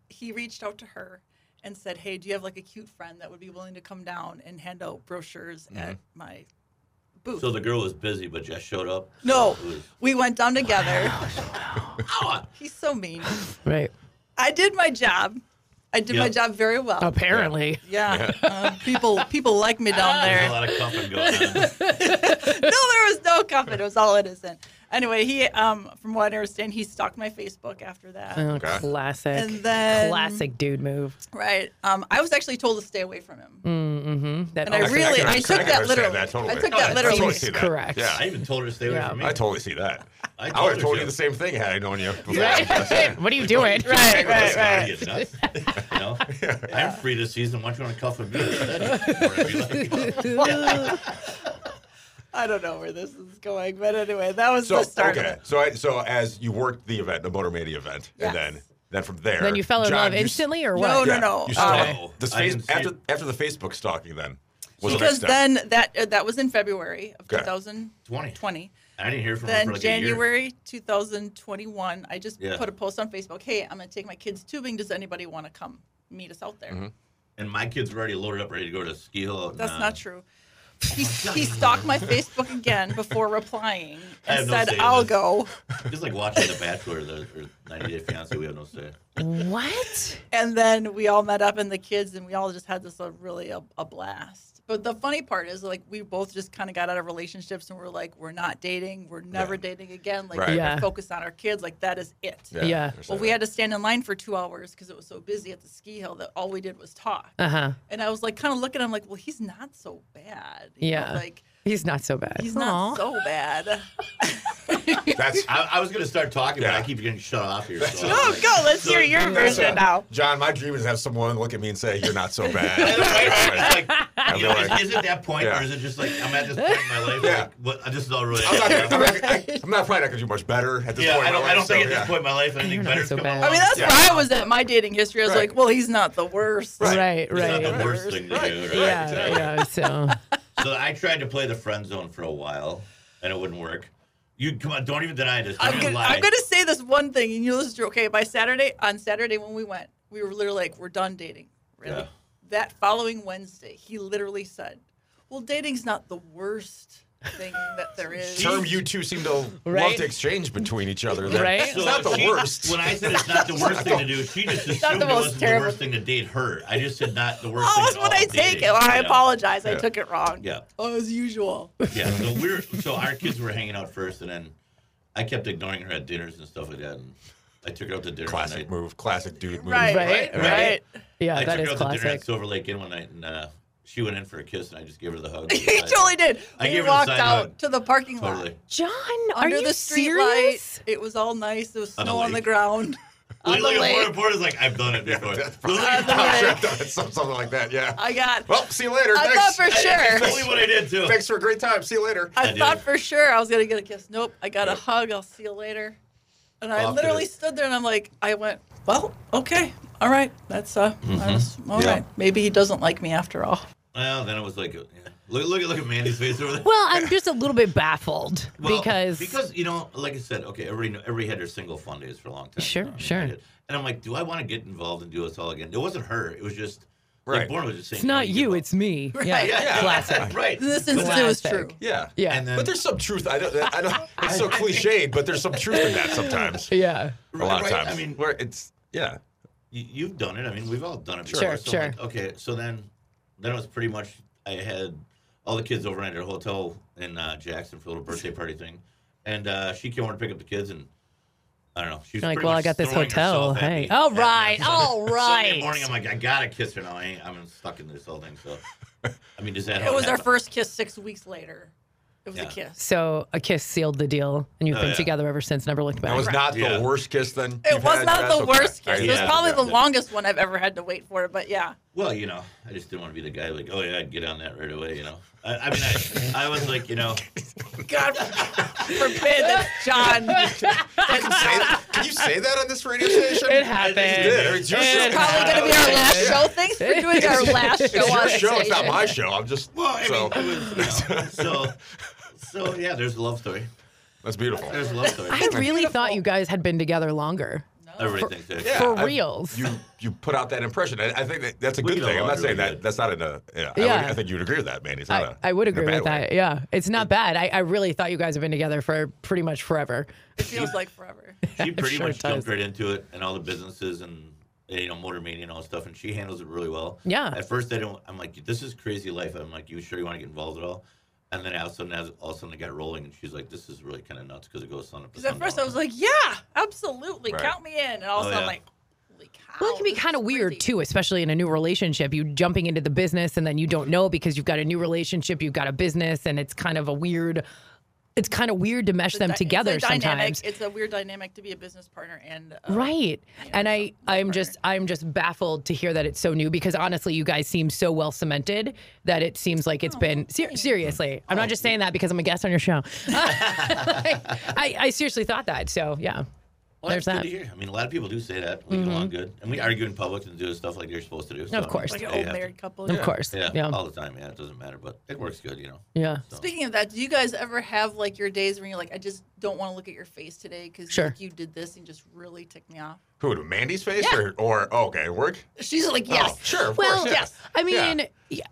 Speaker 2: he reached out to her and said, "Hey, do you have like a cute friend that would be willing to come down and hand out brochures at my booth?"
Speaker 3: Mm-hmm. So the girl was busy, but Jess showed up.
Speaker 2: no,
Speaker 3: So it was-
Speaker 2: we went down together. He's so mean.
Speaker 5: Right.
Speaker 2: I did my job. I did my
Speaker 3: Yep.
Speaker 2: job very well.
Speaker 5: Apparently.
Speaker 2: Yeah, uh, people people like me down there.
Speaker 3: There's a lot of cuffing going on.
Speaker 2: no, there was no cuffing. It was all innocent. Anyway, he, um, from what I understand, he stalked my Facebook after that.
Speaker 5: Oh,
Speaker 4: Okay.
Speaker 5: Classic.
Speaker 2: And then-
Speaker 5: classic dude move.
Speaker 2: Right. Um, I was was actually told to stay away from him.
Speaker 5: That
Speaker 2: And I
Speaker 5: also-
Speaker 4: can
Speaker 2: really, I,
Speaker 4: understand-
Speaker 2: took
Speaker 4: I can
Speaker 2: that
Speaker 4: understand
Speaker 2: literally.
Speaker 4: that, totally.
Speaker 2: I took
Speaker 4: No,
Speaker 2: that
Speaker 4: I
Speaker 2: literally.
Speaker 4: totally see
Speaker 5: seems
Speaker 4: that.
Speaker 5: correct.
Speaker 4: Yeah.
Speaker 3: I even told her to stay away
Speaker 5: Yeah.
Speaker 3: from me.
Speaker 4: I totally see that.
Speaker 3: I
Speaker 4: I would have
Speaker 3: her
Speaker 4: told you
Speaker 3: so.
Speaker 4: the same thing had I known you. before.
Speaker 5: what are you doing?
Speaker 2: Right,
Speaker 3: This
Speaker 2: right,
Speaker 3: guy,
Speaker 2: right.
Speaker 3: he's nuts. You know? I'm free this season. Why don't you want to cuff with me? instead? Or I'd be like,
Speaker 2: I don't know where this is going, but anyway, that was
Speaker 4: So
Speaker 2: the start. Of
Speaker 4: okay.
Speaker 2: it.
Speaker 4: So I, so as you worked the event, the Motor Mania event,
Speaker 2: Yes.
Speaker 4: and then then from there,
Speaker 5: Then you fell in
Speaker 4: John,
Speaker 5: love
Speaker 4: you s-
Speaker 5: instantly or
Speaker 2: No,
Speaker 5: what?
Speaker 2: no,
Speaker 4: yeah,
Speaker 2: no. Uh,
Speaker 4: You started
Speaker 3: No,
Speaker 4: this
Speaker 3: Oh, I
Speaker 4: face,
Speaker 3: didn't see
Speaker 4: after
Speaker 3: it.
Speaker 4: after the Facebook stalking. Then was the next
Speaker 2: Because
Speaker 4: step.
Speaker 2: then that uh, that was in February of
Speaker 4: Okay.
Speaker 2: 2020.
Speaker 3: 20. I didn't hear from her for
Speaker 2: Then
Speaker 3: like a year.
Speaker 2: January 2021, I just
Speaker 3: Yeah.
Speaker 2: put a post on Facebook. Hey, I'm going to take my kids tubing. Does anybody want to come meet us out there?
Speaker 3: Mm-hmm. And my kids were already loaded up, ready to go to ski hill. out in,
Speaker 2: That's
Speaker 3: uh,
Speaker 2: not true. He, he stalked my Facebook again before replying
Speaker 3: I
Speaker 2: and
Speaker 3: have no
Speaker 2: said,
Speaker 3: say in
Speaker 2: I'll
Speaker 3: this.
Speaker 2: go.
Speaker 3: Just like watching The Bachelor the, or 90 Day Fiance, we have no say.
Speaker 5: What?
Speaker 2: And then we all met up and the kids, and we all just had this uh, really a, a blast. But the funny part is, like, we both just kind of got out of relationships and we're like, we're not dating. We're never dating again. Like,
Speaker 4: Right.
Speaker 2: we're
Speaker 5: Yeah.
Speaker 2: focused on our kids. Like, that is it.
Speaker 5: Yeah.
Speaker 4: understand
Speaker 2: Well, we had to stand in line for two hours because it was so busy at the ski hill that all we did was talk.
Speaker 5: Uh huh.
Speaker 2: And I was like, kind of looking at him, like, well, he's not so bad. you know,
Speaker 5: Yeah.
Speaker 2: like,
Speaker 5: He's not so bad.
Speaker 2: he's not
Speaker 5: Aw.
Speaker 2: so bad.
Speaker 4: that. That's
Speaker 3: I, I was going to start talking,
Speaker 4: Yeah.
Speaker 3: but I keep getting shut off here. So I'm
Speaker 2: No,
Speaker 3: like-
Speaker 2: Oh, go. Let's hear your
Speaker 4: That's
Speaker 2: version
Speaker 4: it.
Speaker 2: now.
Speaker 4: John. My dream is to have someone look at me and say, "You're not so
Speaker 3: And
Speaker 4: bad."
Speaker 3: I'm like, like, you know,
Speaker 4: like-
Speaker 3: is, is it that point,
Speaker 4: Yeah.
Speaker 3: or is it just like I'm at this point in my life?
Speaker 4: Yeah.
Speaker 3: Like, what, this is all really.
Speaker 4: I'm not, gonna, I'm, not, gonna- I'm not probably not gonna do much better at this
Speaker 3: yeah,
Speaker 4: point.
Speaker 3: I
Speaker 4: in my
Speaker 3: don't. I
Speaker 4: life,
Speaker 3: don't
Speaker 4: so,
Speaker 3: think at
Speaker 4: yeah.
Speaker 3: this point in my life anything
Speaker 5: You're not
Speaker 3: better's
Speaker 5: so
Speaker 3: come
Speaker 5: bad.
Speaker 3: along.
Speaker 2: I mean, that's
Speaker 4: Yeah.
Speaker 2: where I was at my dating history. I was
Speaker 4: Right.
Speaker 2: like, well, he's not the worst.
Speaker 5: Right,
Speaker 3: It's
Speaker 5: right.
Speaker 3: not the worst thing to
Speaker 4: Right.
Speaker 3: do. Right?
Speaker 5: Yeah,
Speaker 4: exactly.
Speaker 5: yeah. So
Speaker 3: So I tried to play the friend zone for a while, and it wouldn't work. You come on, don't even deny this. Don't
Speaker 2: I'm
Speaker 3: even
Speaker 2: gonna,
Speaker 3: lie.
Speaker 2: I'm gonna say this one thing, and you know this is true. Okay, by Saturday, on Saturday when we went, we were literally like, we're done dating. Really?
Speaker 3: Yeah.
Speaker 2: That following Wednesday, he literally said, well, dating's not the worst thing that there is.
Speaker 4: term you two seem to love
Speaker 5: Right?
Speaker 4: to exchange between each other. There.
Speaker 5: Right?
Speaker 4: It's not the
Speaker 3: she-
Speaker 4: worst.
Speaker 3: When I said it's not the worst thing to do, she just assumed
Speaker 2: the
Speaker 3: it
Speaker 2: most
Speaker 3: wasn't the
Speaker 2: terrible-
Speaker 3: worst thing to date her. I just said not the worst
Speaker 2: That
Speaker 3: thing.
Speaker 2: was
Speaker 3: at
Speaker 2: when
Speaker 3: all,
Speaker 2: Oh, I take it.
Speaker 3: dating.
Speaker 2: Well, I
Speaker 3: Yeah.
Speaker 2: apologize. I
Speaker 4: Yeah.
Speaker 2: took it wrong.
Speaker 3: Yeah.
Speaker 2: Oh, as usual.
Speaker 3: Yeah, so we're so our kids were hanging out first, and then I kept ignoring her at dinners and stuff like that. And I took her out to dinner. one
Speaker 4: Classic
Speaker 3: night.
Speaker 4: move. Classic dude move.
Speaker 2: Right,
Speaker 5: Right,
Speaker 2: right,
Speaker 3: right.
Speaker 2: right.
Speaker 5: yeah,
Speaker 3: I
Speaker 5: that
Speaker 3: took
Speaker 5: is
Speaker 3: her out to dinner at
Speaker 5: classic.
Speaker 3: Silver Lake Inn one night, and uh, she went in for a kiss, and I just gave her the hug.
Speaker 2: He totally did.
Speaker 3: I
Speaker 2: we
Speaker 3: gave her the
Speaker 2: walked
Speaker 3: side
Speaker 2: out
Speaker 3: hug.
Speaker 2: to the parking lot.
Speaker 3: Totally.
Speaker 5: John, are
Speaker 2: under
Speaker 5: you
Speaker 2: the street
Speaker 5: serious?
Speaker 2: light. It was all nice. There was
Speaker 3: On a
Speaker 2: snow on the
Speaker 3: lake.
Speaker 2: ground.
Speaker 3: Like,
Speaker 2: On
Speaker 3: look
Speaker 2: the
Speaker 3: at more
Speaker 2: lake.
Speaker 3: important. Like I've done it before.
Speaker 4: that's
Speaker 3: Look
Speaker 4: probably-
Speaker 3: at
Speaker 2: the
Speaker 4: I'm sure
Speaker 2: way.
Speaker 4: I've done it, some- something like that. Yeah.
Speaker 2: I got.
Speaker 4: well, see you later.
Speaker 2: I
Speaker 4: Thanks.
Speaker 2: thought for sure.
Speaker 3: That's what I did too.
Speaker 4: Thanks for a great time. See you later.
Speaker 3: I
Speaker 2: I
Speaker 3: did.
Speaker 2: thought for sure I was gonna get a kiss. Nope. I got a hug. I'll see you later. And I
Speaker 3: Off to
Speaker 2: literally
Speaker 3: the-
Speaker 2: stood there and I'm like, I went, well, okay, all
Speaker 4: Mm-hmm.
Speaker 2: right. That's uh, that's- all right.
Speaker 3: Yeah.
Speaker 2: Maybe he doesn't like me after all.
Speaker 3: Well, then it was like, yeah, Look, look, at- look at Mandy's face over there.
Speaker 5: Well, I'm just a little bit baffled
Speaker 3: Well,
Speaker 5: because,
Speaker 3: because you know, like I said, okay, everybody knew, everybody had their single fun days for a long time.
Speaker 5: Sure,
Speaker 3: I mean, I
Speaker 5: sure.
Speaker 3: did. And I'm like, do I want to get involved and do this all again? It wasn't her. It was just like,
Speaker 4: Right.
Speaker 3: Born was just saying,
Speaker 5: it's not
Speaker 3: "Oh,
Speaker 5: you,
Speaker 3: give
Speaker 5: it's me. Yeah,
Speaker 3: up." yeah,
Speaker 5: classic.
Speaker 3: right.
Speaker 2: In this instance, it was true.
Speaker 5: Classic.
Speaker 4: Yeah.
Speaker 5: Yeah.
Speaker 3: And then-
Speaker 4: but there's some truth. I don't. I don't. It's so cliched, but there's some truth in that sometimes.
Speaker 5: Yeah.
Speaker 4: A lot of
Speaker 3: Right,
Speaker 4: times.
Speaker 3: I mean-
Speaker 4: where it's yeah.
Speaker 3: You, you've done it. I mean, we've all done it
Speaker 5: Sure,
Speaker 3: before. so
Speaker 5: sure.
Speaker 3: I'm like, okay, so then, then it was pretty much I had all the kids over at a hotel in uh, Jackson for a little birthday party thing, and uh, she came over to pick up the kids and. I don't know. She was
Speaker 5: You're like,
Speaker 3: pretty
Speaker 5: well, I
Speaker 3: much
Speaker 5: got this
Speaker 3: throwing
Speaker 5: hotel.
Speaker 3: herself at
Speaker 5: Hey.
Speaker 3: me
Speaker 5: All
Speaker 3: at me on
Speaker 5: right,
Speaker 3: Sunday-
Speaker 5: all right.
Speaker 3: Sunday morning, I'm like, I gotta kiss her now. I ain't, I'm stuck in this whole thing. So, I mean, does that?
Speaker 2: It was our first kiss six weeks later. It was a
Speaker 3: Yeah.
Speaker 2: kiss.
Speaker 5: So a kiss sealed the deal, and you've
Speaker 3: Oh,
Speaker 5: been
Speaker 3: yeah.
Speaker 5: together ever since. Never looked back.
Speaker 4: That was not
Speaker 3: Yeah.
Speaker 4: the worst kiss then.
Speaker 2: It
Speaker 4: you've
Speaker 2: was
Speaker 4: had?
Speaker 2: not
Speaker 4: That's
Speaker 2: the
Speaker 4: okay.
Speaker 2: worst kiss.
Speaker 4: I-
Speaker 2: It was
Speaker 3: yeah.
Speaker 2: probably the longest one I've ever had to wait for. But yeah,
Speaker 3: Well, you know, I just didn't want to be the guy like, oh yeah, I'd get on that right away. You know, I, I mean, I, I was like, you know,
Speaker 2: God forbid that John.
Speaker 4: Say that- Can you say that on this radio station?
Speaker 5: It happened.
Speaker 3: It
Speaker 4: Yeah, it's your
Speaker 5: It
Speaker 4: show.
Speaker 2: It's probably going to be our last show. Thanks for doing our last show
Speaker 4: It's
Speaker 2: on
Speaker 4: your
Speaker 2: the
Speaker 4: show. It's not
Speaker 2: station.
Speaker 4: my show. I'm just.
Speaker 3: well, I
Speaker 4: so,
Speaker 3: mean, it was, you know, so, so yeah, there's a love story.
Speaker 4: that's beautiful.
Speaker 3: There's a love story.
Speaker 5: I really thought you guys had been together longer.
Speaker 3: Everybody thinks that.
Speaker 4: Yeah,
Speaker 5: For
Speaker 4: I've-
Speaker 5: reals.
Speaker 4: You you put out that impression. I, I think that, that's a
Speaker 3: We
Speaker 4: good
Speaker 3: get
Speaker 4: thing. I'm
Speaker 3: along
Speaker 4: not saying
Speaker 3: really
Speaker 4: that.
Speaker 3: good.
Speaker 4: That's not in a. Yeah. I,
Speaker 5: Yeah.
Speaker 4: would, I think you would agree with that, Mandy. It's
Speaker 5: I,
Speaker 4: not a-
Speaker 5: I would
Speaker 4: in a
Speaker 5: agree with
Speaker 4: bad way.
Speaker 5: that. Yeah, it's not bad. I, I really thought you guys have been together for pretty much forever.
Speaker 2: It feels like forever.
Speaker 3: She pretty
Speaker 5: sure
Speaker 3: much
Speaker 5: it does.
Speaker 3: jumped right into it and all the businesses and you know motor mania and all that stuff and she handles it really well
Speaker 5: Yeah.
Speaker 3: at first i don't i'm like this is crazy life i'm like you sure you want to get involved at all and then all of a sudden as- all of a sudden it got rolling and she's like this is really kind of nuts because it goes sun up to
Speaker 2: Because at first I
Speaker 3: sundown.
Speaker 2: was like, yeah, absolutely,
Speaker 4: Right.
Speaker 2: count me in, and all of a
Speaker 3: Oh,
Speaker 2: sudden I'm
Speaker 3: yeah.
Speaker 2: like, holy cow.
Speaker 5: Well, it can be
Speaker 2: this
Speaker 5: kind of
Speaker 2: is
Speaker 5: weird
Speaker 2: Oh, crazy.
Speaker 5: too, especially in a new relationship. You jumping into the business and then you don't know because you've got a new relationship, you've got a business, and it's kind of a weird. It's kind of weird to mesh them
Speaker 2: Dy- it's a
Speaker 5: together
Speaker 2: dynamic-
Speaker 5: sometimes.
Speaker 2: It's a weird dynamic to be a business partner and uh,
Speaker 5: right and i i'm
Speaker 2: partner.
Speaker 5: just i'm just baffled to hear that it's so new because honestly you guys seem so well cemented that it seems like
Speaker 3: Oh,
Speaker 5: it's been ser- seriously i'm not just saying that because i'm a guest on your show I, I seriously thought that so yeah
Speaker 3: Well, that's
Speaker 5: There's Mm-hmm.
Speaker 3: good to hear. I mean, a lot of people do say that. We get along good, and we argue in public and do stuff like you're supposed to do. So,
Speaker 5: Of course.
Speaker 2: like an
Speaker 3: yeah,
Speaker 2: old
Speaker 3: yeah.
Speaker 2: married couple.
Speaker 5: of course
Speaker 3: Yeah,
Speaker 5: yeah
Speaker 3: all the time. Yeah, it doesn't matter, but it works good, you know.
Speaker 5: yeah
Speaker 2: Speaking of that, do you guys ever have like your days when you're like, I just don't want to look at your face today because
Speaker 5: Sure.
Speaker 2: you did this and just really ticked me off?
Speaker 4: Who? to Mandy's face
Speaker 2: Yeah.
Speaker 4: or or oh, okay, work.
Speaker 2: She's like, yes.
Speaker 4: Oh, sure. Of
Speaker 5: well
Speaker 4: course, yeah.
Speaker 5: i mean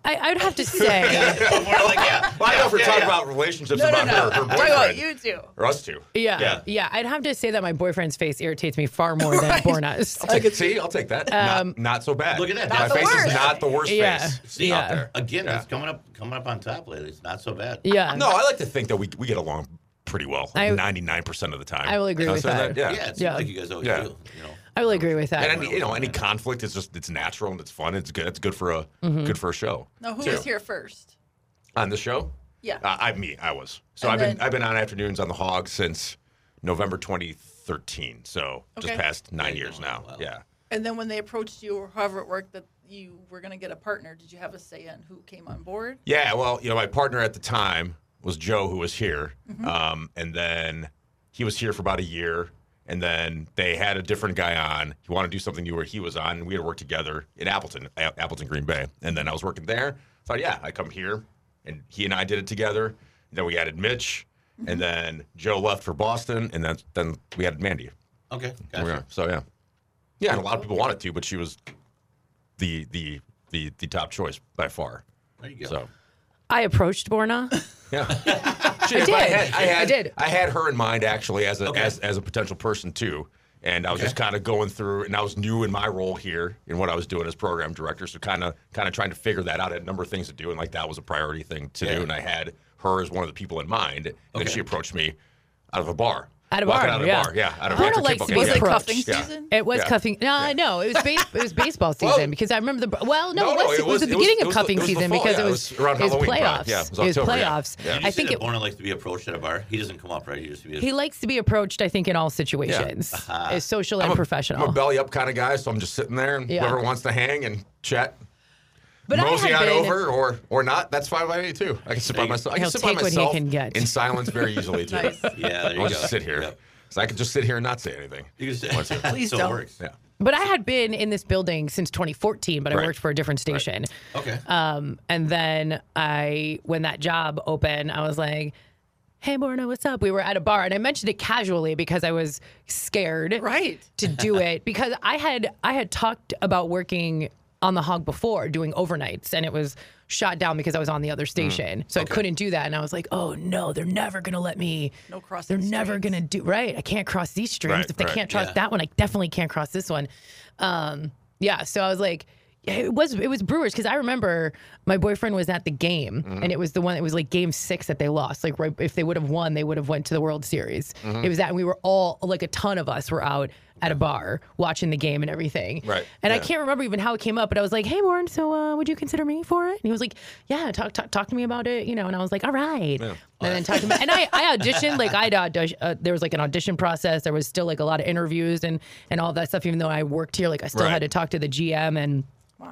Speaker 5: I, I would have to say
Speaker 3: We're like, yeah.
Speaker 4: Well, I know if we're
Speaker 3: yeah,
Speaker 4: talking
Speaker 3: yeah.
Speaker 4: about relationships
Speaker 2: No, no,
Speaker 4: about
Speaker 2: no.
Speaker 4: her, her
Speaker 2: Talk
Speaker 4: boyfriend,
Speaker 2: about you two.
Speaker 4: or us two.
Speaker 5: yeah, yeah
Speaker 3: Yeah.
Speaker 5: i'd have to say that my boyfriend's face irritates me far more than
Speaker 2: Right.
Speaker 5: borna's
Speaker 4: I'll take, see, I'll take that. not, not so bad.
Speaker 3: Look at that.
Speaker 4: My
Speaker 3: Not the
Speaker 4: face is
Speaker 2: worst.
Speaker 4: not the worst
Speaker 5: Yeah.
Speaker 4: face.
Speaker 3: See,
Speaker 5: Yeah.
Speaker 3: again, it's coming up, coming up on top lately. It's not so bad.
Speaker 5: yeah
Speaker 4: No, I like to think that we we get along pretty well,
Speaker 5: I-
Speaker 4: ninety nine percent of the time.
Speaker 5: I will agree
Speaker 4: You know,
Speaker 5: with
Speaker 4: so
Speaker 5: that.
Speaker 4: Yeah.
Speaker 3: yeah. It's
Speaker 5: Yeah.
Speaker 3: like you guys always
Speaker 4: Yeah.
Speaker 3: do. You know,
Speaker 5: i will agree with
Speaker 4: And
Speaker 5: that
Speaker 4: any, you know, any conflict is just it's natural and it's fun. It's good. It's good for a
Speaker 5: Mm-hmm.
Speaker 4: good for a show.
Speaker 2: Now, who
Speaker 4: too.
Speaker 2: was here first?
Speaker 4: on the show?
Speaker 2: Yeah.
Speaker 4: Uh, I me I was. So
Speaker 2: And
Speaker 4: I've been
Speaker 2: then-
Speaker 4: I've been on afternoons on the Hog since November 2013. So just
Speaker 2: Okay.
Speaker 4: past nine
Speaker 3: Yeah,
Speaker 4: years
Speaker 3: oh,
Speaker 4: now.
Speaker 3: wow.
Speaker 4: Yeah.
Speaker 2: And then when they approached you or however it worked that you were going to get a partner, did you have a say in who came on board?
Speaker 4: Yeah, well, you know, my partner at the time was Joe, who was here, um, and then he was here for about a year, and then they had a different guy on. He wanted to do something new where he was on, and we had worked together in Appleton, A- Appleton, Green Bay, and then I was working there. So yeah, I come here, and he and I did it together. And then we added Mitch, and then Joe left for Boston, and then then we added Mandy.
Speaker 3: okay,
Speaker 4: Here we
Speaker 3: gotcha.
Speaker 4: are. So yeah, yeah, and a lot of people wanted to, but she was the the the the top choice by far.
Speaker 3: There you go.
Speaker 4: So.
Speaker 5: i approached borna
Speaker 4: Yeah.
Speaker 5: I did. I,
Speaker 4: I, had,
Speaker 5: did.
Speaker 4: I had her in mind actually as a
Speaker 3: Okay.
Speaker 4: as, as a potential person too, and I was just kind of going through, and I was new in my role here in what I was doing as program director, so kind of kind of trying to figure that out. I had a number of things to do, and like that was a priority thing to
Speaker 3: Yeah.
Speaker 4: do, and I had her as one of the people in mind, and then
Speaker 3: Okay.
Speaker 4: she approached me out of a bar.
Speaker 5: Out of a
Speaker 4: Walking
Speaker 5: bar,
Speaker 4: out of
Speaker 5: yeah.
Speaker 4: a bar, yeah. Out of
Speaker 5: I
Speaker 4: Dr.
Speaker 5: don't like
Speaker 4: Kimball,
Speaker 5: to be
Speaker 2: Was
Speaker 4: yeah.
Speaker 2: it
Speaker 5: approached.
Speaker 2: cuffing
Speaker 4: Yeah.
Speaker 2: season?
Speaker 5: It was
Speaker 4: Yeah.
Speaker 5: cuffing. No, I know it was base, it was baseball
Speaker 4: Well-
Speaker 5: season because I remember the well. No,
Speaker 4: No,
Speaker 5: it, was,
Speaker 4: no,
Speaker 5: it,
Speaker 4: it
Speaker 5: was,
Speaker 4: was-
Speaker 5: the
Speaker 4: it was-
Speaker 5: beginning
Speaker 4: it
Speaker 5: of
Speaker 4: was the-
Speaker 5: cuffing
Speaker 4: it was the
Speaker 5: season
Speaker 4: fall,
Speaker 5: because
Speaker 4: yeah,
Speaker 5: it
Speaker 4: it
Speaker 5: was,
Speaker 4: was around
Speaker 5: it was
Speaker 4: Halloween, probably.
Speaker 5: playoffs.
Speaker 4: Yeah, it was
Speaker 5: was
Speaker 4: October, yeah.
Speaker 5: playoffs.
Speaker 4: Yeah.
Speaker 3: Did you
Speaker 5: I
Speaker 3: say
Speaker 5: think
Speaker 3: that
Speaker 5: it,
Speaker 3: Borna likes to be approached at a bar. He doesn't come up, right? He just be.
Speaker 5: he likes to be approached. I think in all situations, as social and
Speaker 4: Uh-huh. I'm a-
Speaker 5: professional.
Speaker 4: I'm a belly up kind of guy, so I'm just sitting there, and
Speaker 5: Yeah.
Speaker 4: whoever wants to hang and chat,
Speaker 5: but
Speaker 4: mosey
Speaker 5: I
Speaker 4: on
Speaker 5: had been,
Speaker 4: over or or not. That's fine by me too. I can sit by myself. I
Speaker 5: He'll
Speaker 4: can sit by
Speaker 5: take what he
Speaker 4: myself
Speaker 5: can get.
Speaker 4: in silence very easily too.
Speaker 2: Nice.
Speaker 3: yeah, there you
Speaker 4: I'll
Speaker 3: go.
Speaker 4: just sit here,
Speaker 3: Yep.
Speaker 4: so I can just sit here and not say anything.
Speaker 3: You can sit. Please so
Speaker 2: don't.
Speaker 3: It works.
Speaker 4: Yeah.
Speaker 5: But I had been in this building since 2014, but I
Speaker 4: Right.
Speaker 5: worked for a different station.
Speaker 3: Okay.
Speaker 5: Um, and then I, when that job opened, I was like, "Hey, Morna, what's up?" We were at a bar, and I mentioned it casually because I was scared,
Speaker 2: Right.
Speaker 5: to do it because I had I had talked about working on the hog before doing overnights and it was shot down because I was on the
Speaker 2: Mm.
Speaker 5: other station. So I couldn't do that and I was like, "Oh no, they're never going to let me
Speaker 2: No crossing
Speaker 5: They're never going
Speaker 2: streams.
Speaker 5: to do right. I can't cross these streams.
Speaker 4: Right,
Speaker 5: if they
Speaker 4: right,
Speaker 5: can't cross
Speaker 3: yeah.
Speaker 5: that one, I definitely can't cross this one." Um yeah, so I was like it was it was Brewers because I remember my boyfriend was at the game
Speaker 4: Mm-hmm.
Speaker 5: and it was the one that was like game six that they lost like right, if they would have won they would have went to the World Series
Speaker 4: Mm-hmm.
Speaker 5: it was that and we were all like a ton of us were out at a bar watching the game and everything
Speaker 4: Right,
Speaker 5: and I
Speaker 4: yeah.
Speaker 5: can't remember even how it came up but I was like hey Warren so uh, would you consider me for it and he was like yeah talk talk, talk to me about it you know and I was like all right and then talked about and I, I auditioned like I'd audition uh, there was like an audition process there was still like a lot of interviews and and all that stuff even though I worked here like I still
Speaker 4: Right.
Speaker 5: had to talk to the GM and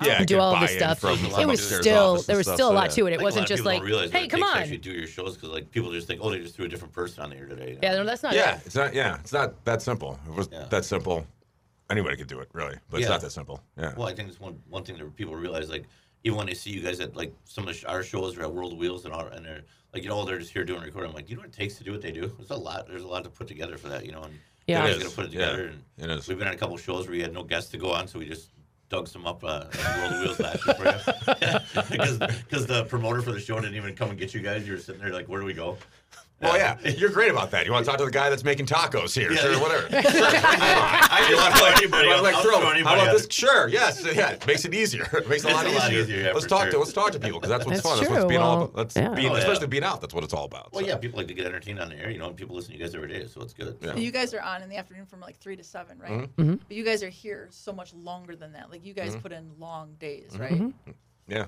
Speaker 4: yeah,
Speaker 5: do
Speaker 4: get
Speaker 5: all this
Speaker 4: buy-in
Speaker 5: stuff.
Speaker 4: from the
Speaker 5: It was
Speaker 4: upstairs
Speaker 5: still
Speaker 4: office
Speaker 5: there
Speaker 4: and
Speaker 5: was
Speaker 4: stuff,
Speaker 5: still a
Speaker 4: so
Speaker 5: lot
Speaker 4: yeah.
Speaker 5: to it. It
Speaker 3: I think a lot
Speaker 5: wasn't
Speaker 3: of
Speaker 5: just
Speaker 3: people don't
Speaker 5: like,
Speaker 3: realize what
Speaker 5: hey,
Speaker 3: it
Speaker 5: come
Speaker 3: takes to
Speaker 5: on.
Speaker 3: actually do your shows because like people just think, oh, they just threw a different person on the air today. you know?
Speaker 5: Yeah, no, that's not
Speaker 4: Yeah,
Speaker 5: it.
Speaker 4: it's not. Yeah, it's not that simple. It was
Speaker 3: Yeah.
Speaker 4: that simple. Anybody could do it, really, but it's
Speaker 3: Yeah.
Speaker 4: not that simple. Yeah.
Speaker 3: Well, I think it's one one thing that people realize, like even when they see you guys at like some of the sh- our shows or at World Wheels and all, and they're like, you know, they're just here doing recording. I'm like, you know what it takes to do what they do? There's a lot. There's a lot to put together for that, you know. And
Speaker 5: Yeah.
Speaker 3: you
Speaker 5: It
Speaker 3: guys
Speaker 4: is.
Speaker 3: gotta put it
Speaker 4: Yeah.
Speaker 3: together.
Speaker 4: It
Speaker 3: And
Speaker 4: is.
Speaker 3: We've been at a couple shows where we had no guests to go on, so we just dug some up uh, at World Wheels last year for you because because the promoter for the show didn't even come and get you guys. You were sitting there like, where do we go?
Speaker 4: Well, Oh, yeah, you're great about that. You want to talk to the guy that's making tacos here?
Speaker 3: Yeah.
Speaker 4: Sure, whatever.
Speaker 3: I just want to anybody.
Speaker 4: Well,
Speaker 3: I'll-
Speaker 4: like
Speaker 3: I'll
Speaker 4: throw.
Speaker 3: throw anybody
Speaker 4: How about
Speaker 3: at
Speaker 4: this?
Speaker 3: it.
Speaker 4: Sure. Yes. Yeah. It makes it easier. It makes it a lot
Speaker 3: It's a lot
Speaker 4: easier.
Speaker 3: easier, yeah,
Speaker 4: let's
Speaker 3: for
Speaker 4: talk to
Speaker 3: sure.
Speaker 4: let's talk to people because that's what's
Speaker 5: That's
Speaker 4: fun. That's
Speaker 5: true.
Speaker 4: what's being all.
Speaker 5: Well,
Speaker 4: That's
Speaker 5: yeah.
Speaker 4: being,
Speaker 3: Oh, yeah.
Speaker 4: especially being out. That's what it's all about.
Speaker 3: Well,
Speaker 4: so.
Speaker 3: yeah, people like to get entertained on the air, you know, and people listen to you guys every day, so it's good.
Speaker 4: Yeah.
Speaker 2: And you guys are on in the afternoon from like three to seven, right?
Speaker 5: Mm-hmm.
Speaker 2: But you guys are here so much longer than that. Like you guys put in long days, right?
Speaker 4: Yeah.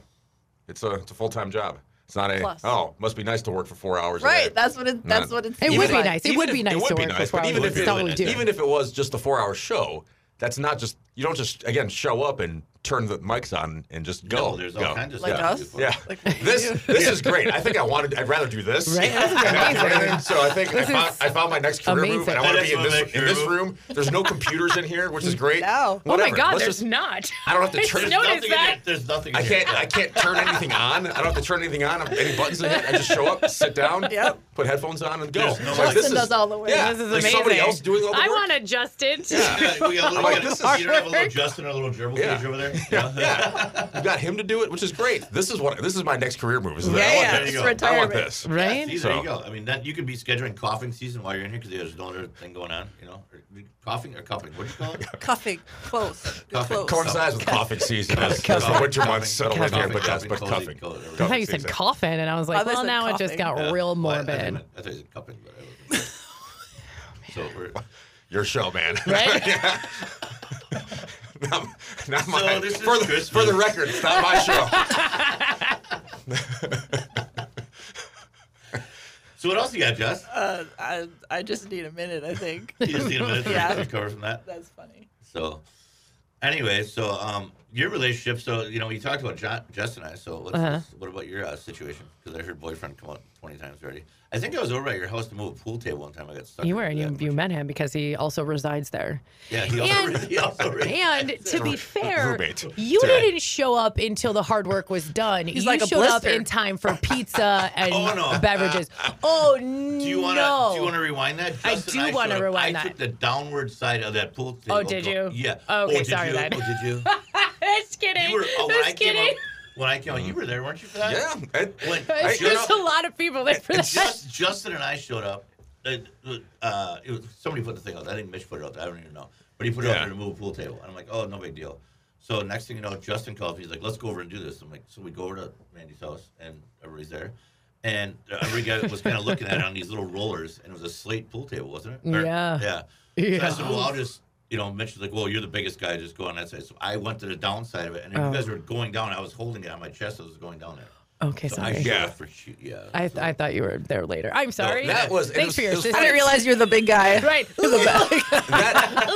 Speaker 4: It's a it's a full time job. It's not a
Speaker 2: Plus.
Speaker 4: oh must be nice to work for four hours. a day.
Speaker 2: Right. That's what it. That's what it's.
Speaker 5: It
Speaker 2: seems
Speaker 5: would be
Speaker 2: like.
Speaker 5: nice. It
Speaker 4: Even
Speaker 5: would
Speaker 4: if-
Speaker 5: be nice
Speaker 4: It
Speaker 5: to
Speaker 4: would be
Speaker 5: work
Speaker 4: nice,
Speaker 5: for
Speaker 4: but even
Speaker 5: hours.
Speaker 4: if
Speaker 5: That's
Speaker 4: it,
Speaker 5: not what we do.
Speaker 4: even if it was just a four hour show, that's not just you don't just again show up and turn the mics on and just go.
Speaker 3: No, there's all
Speaker 4: Go.
Speaker 3: kinds of
Speaker 2: Like
Speaker 3: stuff.
Speaker 2: us?
Speaker 4: Yeah,
Speaker 2: Like, what do you
Speaker 4: this
Speaker 2: do?
Speaker 4: this is great. I think I wanted. I'd rather do this.
Speaker 5: Right? This is
Speaker 4: And that's what I
Speaker 5: amazing.
Speaker 4: did. so I think I
Speaker 5: This
Speaker 4: found,
Speaker 5: is
Speaker 4: I found my next career move,
Speaker 5: amazing.
Speaker 4: and I want to
Speaker 3: That's
Speaker 4: be in
Speaker 3: my
Speaker 4: this
Speaker 3: next
Speaker 4: in
Speaker 3: career
Speaker 4: this
Speaker 3: move.
Speaker 4: room. There's no computers in here, which is great.
Speaker 2: No.
Speaker 5: Oh my
Speaker 4: Whatever.
Speaker 5: God,
Speaker 4: Let's
Speaker 5: there's
Speaker 4: just-
Speaker 5: not.
Speaker 4: I don't have to
Speaker 5: It's
Speaker 4: turn.
Speaker 5: no-
Speaker 3: There's
Speaker 5: noticed
Speaker 3: nothing in
Speaker 5: that.
Speaker 3: here. There's nothing. in
Speaker 4: I
Speaker 3: here.
Speaker 4: can't. I can't turn anything on. I don't have to turn anything on. Any buttons in it. I just show up, sit down,
Speaker 2: Yep.
Speaker 4: put headphones on, and go.
Speaker 3: There's no-
Speaker 4: So this
Speaker 2: Justin
Speaker 4: is-
Speaker 2: does all the work.
Speaker 4: Yeah,
Speaker 5: This is
Speaker 4: there's
Speaker 5: amazing.
Speaker 4: somebody else doing all the
Speaker 5: I
Speaker 4: work.
Speaker 5: want adjusted.
Speaker 3: Yeah, we got a little,
Speaker 4: like,
Speaker 3: we got-
Speaker 4: this is
Speaker 3: you don't have a little
Speaker 5: hard.
Speaker 3: Justin or a little gerbil
Speaker 4: Yeah.
Speaker 3: cage over there? Yeah.
Speaker 4: Yeah, you got him to do it, which is great. This is what. This is my next career move. Is that
Speaker 2: Yeah,
Speaker 4: I want
Speaker 2: yeah,
Speaker 4: this.
Speaker 3: it's
Speaker 4: I want
Speaker 2: retirement.
Speaker 4: this.
Speaker 5: Right?
Speaker 3: See, there
Speaker 4: So-
Speaker 3: you go. I mean, that you could be scheduling coughing season while you're in here because there's no other thing going on. You know, Or- coughing or cuffing. What do you call it?
Speaker 2: Cuffing close.
Speaker 3: Cuffing.
Speaker 2: Close.
Speaker 3: Corn-
Speaker 4: Coincides with coughing season as, as the
Speaker 3: Cuffing.
Speaker 4: winter months settle in
Speaker 3: Cuffing.
Speaker 4: here, but that's but
Speaker 3: Cuffing.
Speaker 4: coughing.
Speaker 3: Cuffing.
Speaker 5: I thought you said
Speaker 4: season.
Speaker 5: coffin, and I was
Speaker 2: I
Speaker 5: like,
Speaker 2: thought you
Speaker 5: well,
Speaker 2: said
Speaker 5: now it just
Speaker 2: coughing.
Speaker 5: got
Speaker 3: Yeah.
Speaker 5: real
Speaker 3: Well, I- I thought you
Speaker 5: morbid.
Speaker 3: meant- I thought you said cuffing, but I wasn't. so we're.
Speaker 4: Your show, man.
Speaker 5: Right?
Speaker 4: not, not
Speaker 3: So
Speaker 4: mine.
Speaker 3: this is
Speaker 4: for, the,
Speaker 3: Christmas.
Speaker 4: for the record, it's not my show.
Speaker 3: So what else you got, Jess?
Speaker 2: Uh, I, I just need a minute. I think
Speaker 3: You just need a minute to
Speaker 2: Yeah.
Speaker 3: recover from that.
Speaker 2: that's funny.
Speaker 3: So, anyway, so um, your relationship. So you know, you talked about John, Jess and I. So what's,
Speaker 5: Uh-huh.
Speaker 3: what about your uh, situation? Because I heard boyfriend come up twenty times already. I think I was over at your house to move a pool table one time. I got stuck.
Speaker 5: You were,
Speaker 3: in
Speaker 5: and you,
Speaker 3: that.
Speaker 5: you met him because he also resides there.
Speaker 3: Yeah, he also,
Speaker 5: And-
Speaker 3: he also
Speaker 5: And to be fair,
Speaker 4: Roommate.
Speaker 5: you
Speaker 4: Sorry.
Speaker 5: didn't show up until the hard work was done. you
Speaker 2: like a
Speaker 5: showed up
Speaker 2: blister.
Speaker 5: in time for pizza and
Speaker 3: Oh, no.
Speaker 5: beverages. oh no!
Speaker 3: Do you want to do you want to rewind that?
Speaker 5: I
Speaker 3: Justin
Speaker 5: do
Speaker 3: and
Speaker 5: wanna
Speaker 3: showed up.
Speaker 5: rewind
Speaker 3: I
Speaker 5: that. Oh,
Speaker 3: took the downward side of that pool table.
Speaker 5: did
Speaker 3: going-
Speaker 5: you?
Speaker 3: Yeah.
Speaker 5: Okay,
Speaker 3: did
Speaker 5: sorry
Speaker 3: you?
Speaker 5: then.
Speaker 3: Oh, did you?
Speaker 5: Just kidding.
Speaker 3: You were. Oh, when I
Speaker 5: Just
Speaker 3: came
Speaker 5: kidding.
Speaker 3: up, when I came out, you were there, weren't you? For that?
Speaker 4: yeah. I-
Speaker 3: When,
Speaker 4: I
Speaker 5: There's
Speaker 4: showed
Speaker 5: just a lot of people there for that.
Speaker 3: Just, Justin and I showed up. Uh, uh, it was, somebody put the thing out. I think Mitch put it out. there. I don't even know. But he put it
Speaker 4: Yeah.
Speaker 3: out there to move a pool table. And I'm like, oh, no big deal. So next thing you know, Justin calls. He's like, let's go over and do this. I'm like, so we go over to Randy's house, and everybody's there. And everybody was kind of looking at it on these little rollers, and it was a slate pool table, wasn't it?
Speaker 5: Yeah.
Speaker 3: Yeah. So I
Speaker 5: Yeah.
Speaker 3: said, well, I'll just, you know, Mitch was like, well, you're the biggest guy. Just go on that side. So I went to the downside of it. And if
Speaker 5: Oh.
Speaker 3: you guys were going down, I was holding it on my chest. I was going down there.
Speaker 5: Okay,
Speaker 3: So I
Speaker 5: sorry.
Speaker 3: showed
Speaker 4: Yeah.
Speaker 3: up for shoot. Yeah.
Speaker 5: I, I thought you were there later. I'm sorry.
Speaker 4: that was- it
Speaker 5: thanks
Speaker 4: was-
Speaker 5: for
Speaker 4: it
Speaker 5: your
Speaker 4: was-
Speaker 5: assistance.
Speaker 2: I didn't realize you're the big guy.
Speaker 5: Right.
Speaker 4: that,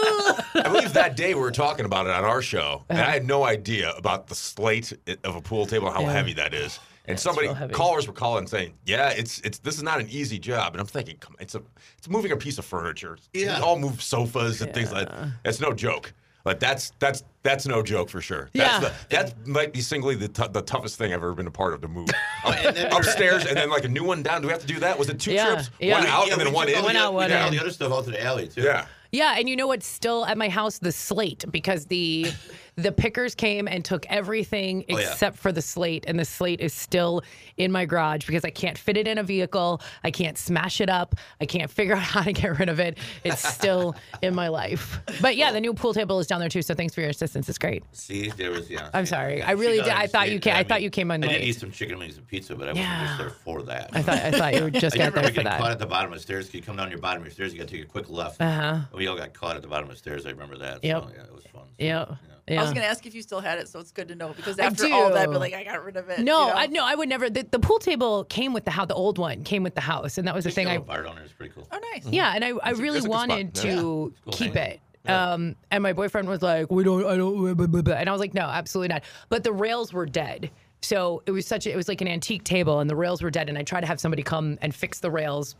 Speaker 4: I believe that day we were talking about it on our show, and
Speaker 5: Uh-huh.
Speaker 4: I had no idea about the slate of a pool table and how
Speaker 5: Yeah.
Speaker 4: heavy that is. And somebody
Speaker 5: real heavy.
Speaker 4: callers were calling saying, "Yeah, it's it's this is not an easy job." And I'm thinking, "Come, it's a it's moving a piece of furniture.
Speaker 3: Yeah.
Speaker 4: We all move sofas and things like that. It's no joke." Like that's that's that's no joke for sure.
Speaker 5: Yeah.
Speaker 4: That's the, that might be singly the, t- the toughest thing I've ever been a part of to move Up- upstairs and then like a new one down. Do we have to do that? Was it two
Speaker 5: Yeah,
Speaker 4: trips?
Speaker 5: yeah.
Speaker 4: One out
Speaker 3: Yeah,
Speaker 4: and
Speaker 3: we
Speaker 4: then one
Speaker 3: took
Speaker 4: in.
Speaker 3: all the-
Speaker 5: out, one
Speaker 3: we took all
Speaker 5: in.
Speaker 3: the in. other stuff out to the alley too.
Speaker 4: Yeah.
Speaker 5: Yeah, and you know what's still at my house? The slate, because the the pickers came and took everything
Speaker 3: Oh, yeah.
Speaker 5: except for the slate, and the slate is still in my garage because I can't fit it in a vehicle. I can't smash it up. I can't figure out how to get rid of it. It's still in my life. But yeah, the new pool table is down there too. So thanks for your assistance. It's great.
Speaker 3: See, there was yeah.
Speaker 5: I'm sorry. I really
Speaker 3: She
Speaker 5: did. I
Speaker 3: does.
Speaker 5: thought
Speaker 3: She-
Speaker 5: you ca- I thought
Speaker 3: mean,
Speaker 5: you came in
Speaker 3: I did
Speaker 5: late.
Speaker 3: eat some chicken wings and pizza, but I wasn't
Speaker 5: Yeah.
Speaker 3: just there for that.
Speaker 5: I thought I thought you just
Speaker 3: I do
Speaker 5: got
Speaker 3: remember
Speaker 5: there for
Speaker 3: getting caught
Speaker 5: that.
Speaker 3: at the bottom of the stairs. You come down your bottom of your stairs, you got to take a quick left. Uh-huh. We all got caught at the bottom of the stairs. I remember that.
Speaker 5: Yep.
Speaker 3: So, yeah, it was fun. So,
Speaker 5: Yeah.
Speaker 2: I
Speaker 5: Yeah.
Speaker 2: was going to ask if you still had it, so it's good to know because
Speaker 5: I
Speaker 2: after all that,
Speaker 5: do.
Speaker 2: but like I got rid of it.
Speaker 5: No,
Speaker 2: you know?
Speaker 5: I no, I would never. The, the pool table came with the house. The old one came with the house, and that was the thing. I
Speaker 3: Yellow bar down there is pretty cool.
Speaker 2: Oh, nice.
Speaker 5: Yeah, and I, I
Speaker 4: a-
Speaker 5: really
Speaker 4: that's a good spot.
Speaker 5: wanted
Speaker 4: Yeah.
Speaker 5: to
Speaker 3: cool
Speaker 5: keep
Speaker 3: thing.
Speaker 5: it. Um, and my boyfriend was like, "We don't, I don't," blah, blah, blah, blah." and I was like, "No, absolutely not." But the rails were dead, so it was such. A, it was like an antique table, and the rails were dead. And I tried to have somebody come and fix the rails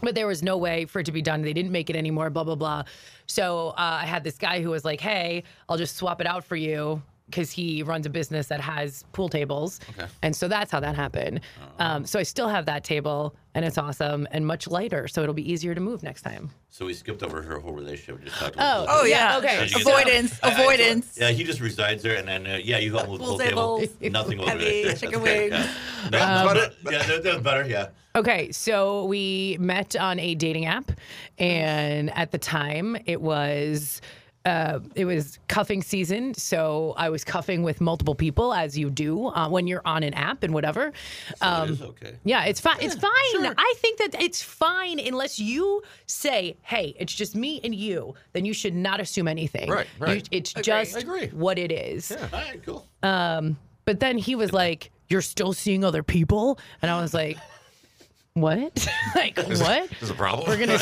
Speaker 5: but there was no way for it to be done. They didn't make it anymore, blah, blah, blah. So uh, I had this guy who was like, hey, I'll just swap it out for you because he runs a business that has pool tables. And so that's how that happened. Um, so I still have that table and it's awesome and much lighter. So it'll be easier to move next time.
Speaker 3: So we skipped over her whole relationship. Just talked about
Speaker 2: Oh yeah.
Speaker 5: Yeah, okay.
Speaker 3: So you get-
Speaker 2: Avoidance.
Speaker 3: I- I-
Speaker 2: avoidance.
Speaker 3: yeah, he just resides there, and then uh, yeah, you help with the
Speaker 2: Pool
Speaker 3: pool table.
Speaker 2: tables,
Speaker 3: Nothing over
Speaker 2: heavy
Speaker 3: there. That's
Speaker 2: chicken
Speaker 3: great,
Speaker 2: wings.
Speaker 3: Yeah,
Speaker 5: Um,
Speaker 3: no, that's better. yeah that- that's better. Yeah.
Speaker 5: Okay, so we met on a dating app, and at the time it was. Uh, it was cuffing season, so I was cuffing with multiple people, as you do uh, when you're on an app and whatever. Uh,
Speaker 3: So it is okay.
Speaker 5: um, Yeah, it's fine. It's fine. I think that it's fine unless you say, "Hey, it's just me and you." Then you should not assume anything.
Speaker 4: Right,
Speaker 5: You-
Speaker 4: right.
Speaker 5: it's just
Speaker 4: Agree.
Speaker 5: what it is.
Speaker 3: All right. Cool.
Speaker 5: But then he was like, "You're still seeing other people," and I was like, "What? like what?"
Speaker 4: There's a problem.
Speaker 5: We're gonna.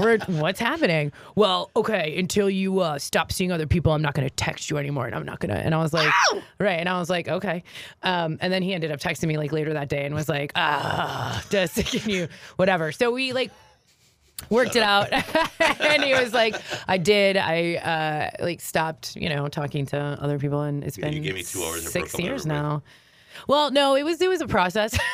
Speaker 5: we're what's happening? Well, okay. Until you uh, stop seeing other people, I'm not gonna text you anymore, and I'm not gonna. And I was like, right. And I was like, okay. Um, and then he ended up texting me like later that day and was like, ah, just can you whatever. So we like worked it out and he was like i did i uh like stopped you know talking to other people and it's
Speaker 3: You- you
Speaker 5: been
Speaker 3: gave me two hours, I
Speaker 5: six
Speaker 3: broke up with
Speaker 5: years
Speaker 3: everybody.
Speaker 5: now well no it was it was a process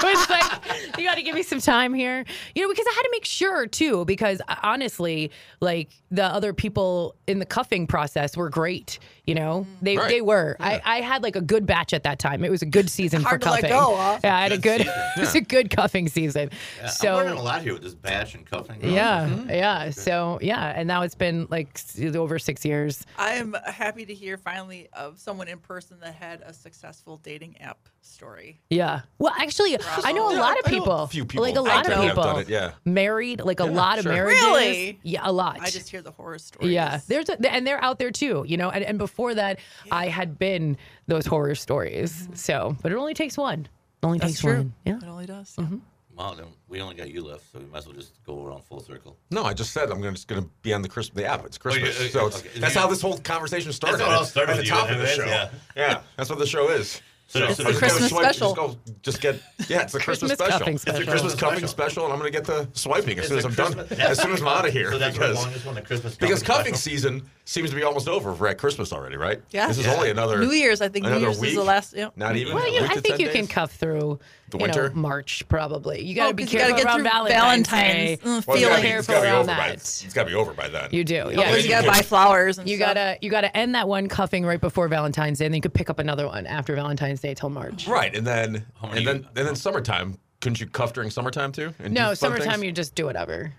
Speaker 5: It's like, you got to give me some time here. You know, because I had to make sure too, because uh, honestly, like the other people in the cuffing process were great. You know, they
Speaker 4: Mm. Right.
Speaker 5: they were. I, I had like a good batch at that time. It was a good season
Speaker 2: Hard
Speaker 5: for
Speaker 2: to let
Speaker 5: cuffing.
Speaker 2: go, huh?
Speaker 5: Yeah, I had a
Speaker 3: Good
Speaker 5: good. it was a good cuffing season.
Speaker 3: I'm learning a
Speaker 5: So.
Speaker 3: lot here with this batch and cuffing.
Speaker 5: Yeah,
Speaker 4: Mm-hmm.
Speaker 5: yeah. So yeah, and now it's been like s- over six years.
Speaker 2: I am happy to hear finally of someone in person that had a successful dating app story.
Speaker 5: Yeah. Well, actually, I know a
Speaker 4: Yeah,
Speaker 5: lot of
Speaker 4: I know a
Speaker 5: people.
Speaker 4: few people
Speaker 5: Like a
Speaker 4: out
Speaker 5: lot
Speaker 4: there
Speaker 5: of
Speaker 4: that have
Speaker 5: people.
Speaker 4: done it, yeah.
Speaker 5: Married, like a lot of
Speaker 4: sure.
Speaker 5: marriages.
Speaker 2: Really?
Speaker 5: Yeah, a lot.
Speaker 2: I just hear the horror stories.
Speaker 5: Yeah, there's a, and they're out there too, you know. And, and before that, I had been those horror
Speaker 4: Mm-hmm.
Speaker 5: stories. So, but it only takes one. It only
Speaker 2: That's
Speaker 5: takes
Speaker 2: true.
Speaker 5: one. Yeah. Mm-hmm.
Speaker 2: It only does.
Speaker 3: Wow. Then we only got you left, so we might as well just go around full circle.
Speaker 4: No, I just said I'm gonna, just going to be on the Christmas the app. It's Christmas,
Speaker 3: Oh, yeah, yeah,
Speaker 4: so it's,
Speaker 3: okay.
Speaker 4: that's how this whole conversation started.
Speaker 3: how it all started
Speaker 4: at the
Speaker 3: with you,
Speaker 4: top of the
Speaker 3: yeah.
Speaker 4: show.
Speaker 3: Yeah.
Speaker 4: Yeah. that's what the show is.
Speaker 3: So it's
Speaker 4: I'm
Speaker 3: the
Speaker 4: just
Speaker 2: Christmas
Speaker 4: gonna swipe-
Speaker 2: special.
Speaker 4: Just, go, just get yeah, it's the Christmas,
Speaker 5: Christmas
Speaker 4: special.
Speaker 5: cuffing
Speaker 4: It's the
Speaker 5: special.
Speaker 4: Christmas
Speaker 3: Special.
Speaker 4: cuffing special, and I'm going to get the swiping as soon as
Speaker 3: It's a
Speaker 4: I'm
Speaker 3: Christmas-
Speaker 4: done. As soon as I'm out of here,
Speaker 3: So that's the
Speaker 4: because
Speaker 3: longest one, the Christmas.
Speaker 4: because cuffing
Speaker 3: special.
Speaker 4: season seems to be almost over. We're at Christmas already, right?
Speaker 2: Yeah.
Speaker 4: This is
Speaker 2: Yeah.
Speaker 4: only another
Speaker 2: New Year's, I think New
Speaker 4: another
Speaker 2: Year's is the
Speaker 4: week?
Speaker 2: last. Yep.
Speaker 4: Not even.
Speaker 5: Well,
Speaker 4: a
Speaker 5: you,
Speaker 4: week
Speaker 5: I
Speaker 4: to
Speaker 5: think
Speaker 4: 10
Speaker 5: you can
Speaker 4: days?
Speaker 5: cuff through
Speaker 4: The
Speaker 5: you know,
Speaker 4: winter?
Speaker 5: March probably. You got to
Speaker 2: Oh,
Speaker 5: be
Speaker 2: 'cause you gotta
Speaker 5: careful
Speaker 2: get
Speaker 5: around
Speaker 2: through
Speaker 5: Valentine's,
Speaker 2: Valentine's,
Speaker 5: Day.
Speaker 2: mm,
Speaker 4: Well, it's
Speaker 5: Be
Speaker 2: feeling.
Speaker 4: gotta be-
Speaker 2: feelings.
Speaker 4: it's
Speaker 5: careful
Speaker 4: gotta be
Speaker 5: around
Speaker 4: over by-
Speaker 5: that.
Speaker 4: It's got to be over by then.
Speaker 5: You do. Yeah.
Speaker 2: Because you gotta buy flowers and
Speaker 5: You
Speaker 2: stuff.
Speaker 5: gotta you gotta end that one cuffing right before Valentine's Day, and then you could pick up another one after Valentine's Day till March.
Speaker 4: Right, and then
Speaker 3: many
Speaker 4: and then and
Speaker 3: oh.
Speaker 4: then summertime. Couldn't you cuff during summertime too? And do
Speaker 5: No,
Speaker 4: fun
Speaker 5: summertime
Speaker 4: things?
Speaker 5: you just do whatever.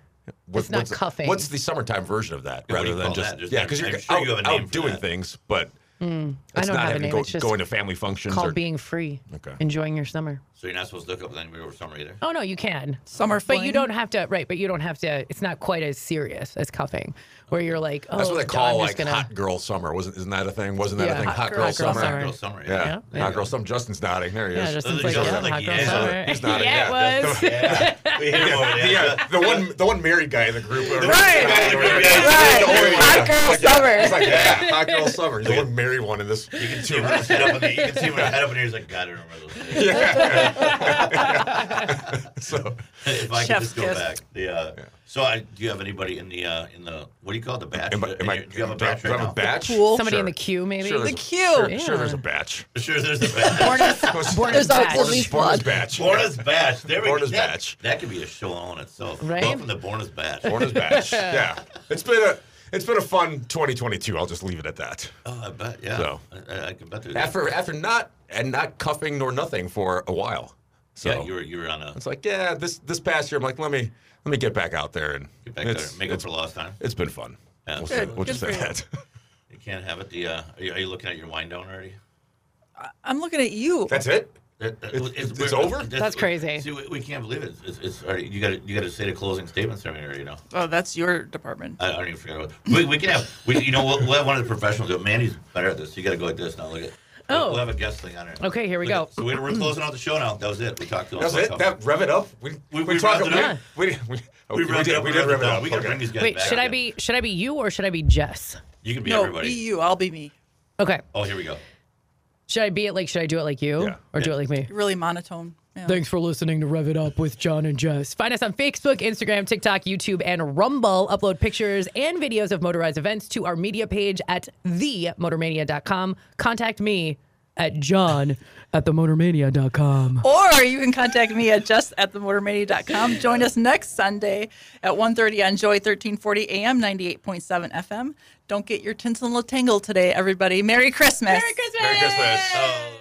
Speaker 4: What-
Speaker 5: it's not
Speaker 4: what's the-
Speaker 5: cuffing.
Speaker 4: What's the summertime version of that,
Speaker 3: Yeah, what do
Speaker 4: rather
Speaker 3: you
Speaker 4: than
Speaker 3: call
Speaker 4: just
Speaker 3: that? There's
Speaker 4: yeah?
Speaker 3: no-
Speaker 4: Because you're
Speaker 3: I'm sure
Speaker 4: out,
Speaker 3: you have a name
Speaker 4: out
Speaker 3: for
Speaker 4: doing
Speaker 3: that.
Speaker 4: things, but
Speaker 5: Mm, I
Speaker 4: it's
Speaker 5: don't
Speaker 4: not
Speaker 5: have a
Speaker 4: having
Speaker 5: name.
Speaker 4: Go,
Speaker 5: it's just
Speaker 4: going to family functions
Speaker 5: called
Speaker 4: or
Speaker 5: being free.
Speaker 4: Okay.
Speaker 5: Enjoying your summer.
Speaker 3: So you're not supposed to look up with anybody over summer either.
Speaker 5: Oh no, you can.
Speaker 2: Summer
Speaker 5: but you
Speaker 2: fling.
Speaker 5: don't have to. Right, but you don't have to. It's not quite as serious as cuffing, where you're like, oh,
Speaker 4: that's what they
Speaker 5: I'm
Speaker 4: call
Speaker 5: just
Speaker 4: like
Speaker 5: gonna,
Speaker 4: hot girl summer. Wasn't isn't that a thing? Wasn't that
Speaker 5: Yeah.
Speaker 4: a thing?
Speaker 5: Hot
Speaker 4: Hot,
Speaker 5: girl-
Speaker 4: girl,
Speaker 5: hot girl
Speaker 4: summer.
Speaker 5: summer.
Speaker 3: Girl summer.
Speaker 4: Yeah,
Speaker 5: Yeah.
Speaker 4: hot girl summer. Justin's nodding. There he
Speaker 5: Yeah,
Speaker 4: is.
Speaker 5: just
Speaker 3: Doesn't
Speaker 5: like,
Speaker 3: sound
Speaker 5: yeah,
Speaker 3: like
Speaker 5: hot
Speaker 3: he
Speaker 5: girl
Speaker 3: is.
Speaker 5: summer.
Speaker 4: He's nodding,
Speaker 5: yeah,
Speaker 4: yeah.
Speaker 5: it was.
Speaker 3: We hit him over there.
Speaker 4: yeah, the one, the one married guy in the group. Right,
Speaker 2: Right.
Speaker 4: right.
Speaker 2: Hot girl summer.
Speaker 4: It's like, yeah, hot girl summer. He's the one hairy one in this. You can
Speaker 3: See, when I sit up in the, you can see when I head up in here, he's like, God, I remember those days.
Speaker 4: so
Speaker 3: if I
Speaker 2: Chef's
Speaker 3: could just go
Speaker 2: kiss.
Speaker 3: back. The, uh, So, I, do you have anybody in the uh, in the what do you call it? The batch?
Speaker 4: am I, am I,
Speaker 3: do you have a
Speaker 4: do I
Speaker 3: batch right
Speaker 4: have
Speaker 3: now?
Speaker 4: a batch?
Speaker 2: Pool.
Speaker 5: Somebody in
Speaker 4: Sure.
Speaker 5: the queue, maybe.
Speaker 4: Sure,
Speaker 2: The
Speaker 4: there's a-
Speaker 2: queue.
Speaker 4: Sure, sure, there's a batch.
Speaker 3: Sure, there's a batch.
Speaker 5: Born
Speaker 6: There's
Speaker 5: as
Speaker 6: also
Speaker 5: batch.
Speaker 6: only-
Speaker 4: Borna's, Borna's batch.
Speaker 3: Borna's batch. There we go.
Speaker 4: Borna's
Speaker 3: That-
Speaker 4: batch.
Speaker 3: That could be a show all in itself.
Speaker 5: Right?
Speaker 3: Welcome to Borna's batch.
Speaker 4: Borna's batch. Yeah, it's been a it's been a fun 2022. I'll just leave it at that.
Speaker 3: Oh, I bet. Yeah.
Speaker 4: So.
Speaker 3: I- I, I can bet there's.
Speaker 4: After after not and not cuffing nor nothing for a while. So
Speaker 3: yeah, you were you were on a
Speaker 4: it's like yeah, this this past year I'm like let me let me get back out there and
Speaker 3: get back
Speaker 4: it's,
Speaker 3: there, make up
Speaker 4: it's,
Speaker 3: for lost time.
Speaker 4: it's been fun.
Speaker 3: Yeah.
Speaker 4: We'll,
Speaker 3: Good.
Speaker 4: say, we'll
Speaker 2: Good
Speaker 4: just
Speaker 2: for you.
Speaker 4: say that.
Speaker 3: You can't have it. The uh, are, you, are you looking at your wine down already?
Speaker 2: I'm looking at you.
Speaker 4: That's it.
Speaker 3: That- that-
Speaker 4: It's- it's- it's
Speaker 3: we're-
Speaker 4: over?
Speaker 5: That's crazy.
Speaker 3: See, we, we can't believe it. It's, it's already, you got to you got to say the closing statements every you know.
Speaker 2: oh, that's your department.
Speaker 3: I, I don't even forget what we, we can have. We, you know, we'll, we'll have one of the professionals do it. Mandy's better at this. You got to go like this now. Look at.
Speaker 5: Oh.
Speaker 3: We'll have a guest thing on it.
Speaker 5: Okay, here we
Speaker 3: Look
Speaker 5: go.
Speaker 3: at- so we, we're closing out the show now. That was it. We talked to them.
Speaker 4: That's it. That rev it up. We
Speaker 3: We-
Speaker 4: we,
Speaker 3: we
Speaker 4: talk
Speaker 3: revved it up.
Speaker 4: we, we, we,
Speaker 3: we,
Speaker 4: okay,
Speaker 3: wrapped
Speaker 4: did
Speaker 3: up,
Speaker 4: we
Speaker 3: we
Speaker 4: did
Speaker 3: wrapped
Speaker 4: rev
Speaker 3: it
Speaker 4: it up.
Speaker 3: We got to
Speaker 4: Okay.
Speaker 3: bring these guys
Speaker 5: Wait,
Speaker 3: back
Speaker 5: should I
Speaker 3: again.
Speaker 5: be should I be you or should I be Jess?
Speaker 3: You can be
Speaker 2: no,
Speaker 3: everybody.
Speaker 2: be you. I'll be me.
Speaker 5: Okay.
Speaker 3: Oh, here we go.
Speaker 5: Should I be it like should I do it like you
Speaker 4: Yeah.
Speaker 5: or do it like me?
Speaker 2: You're really monotone. Yeah.
Speaker 5: Thanks for listening to Rev It Up with John and Jess. Find us on Facebook, Instagram, TikTok, YouTube, and Rumble. Upload pictures and videos of motorized events to our media page at themotormania.com. Contact me at john at themotormania.com.
Speaker 2: or you can contact me at just at themotormania.com. Join us next Sunday at 1.30 on Joy 1340 AM, 98.7 FM. Don't get your tinsel tangle today, everybody. Merry Christmas.
Speaker 4: Merry Christmas.
Speaker 3: Oh.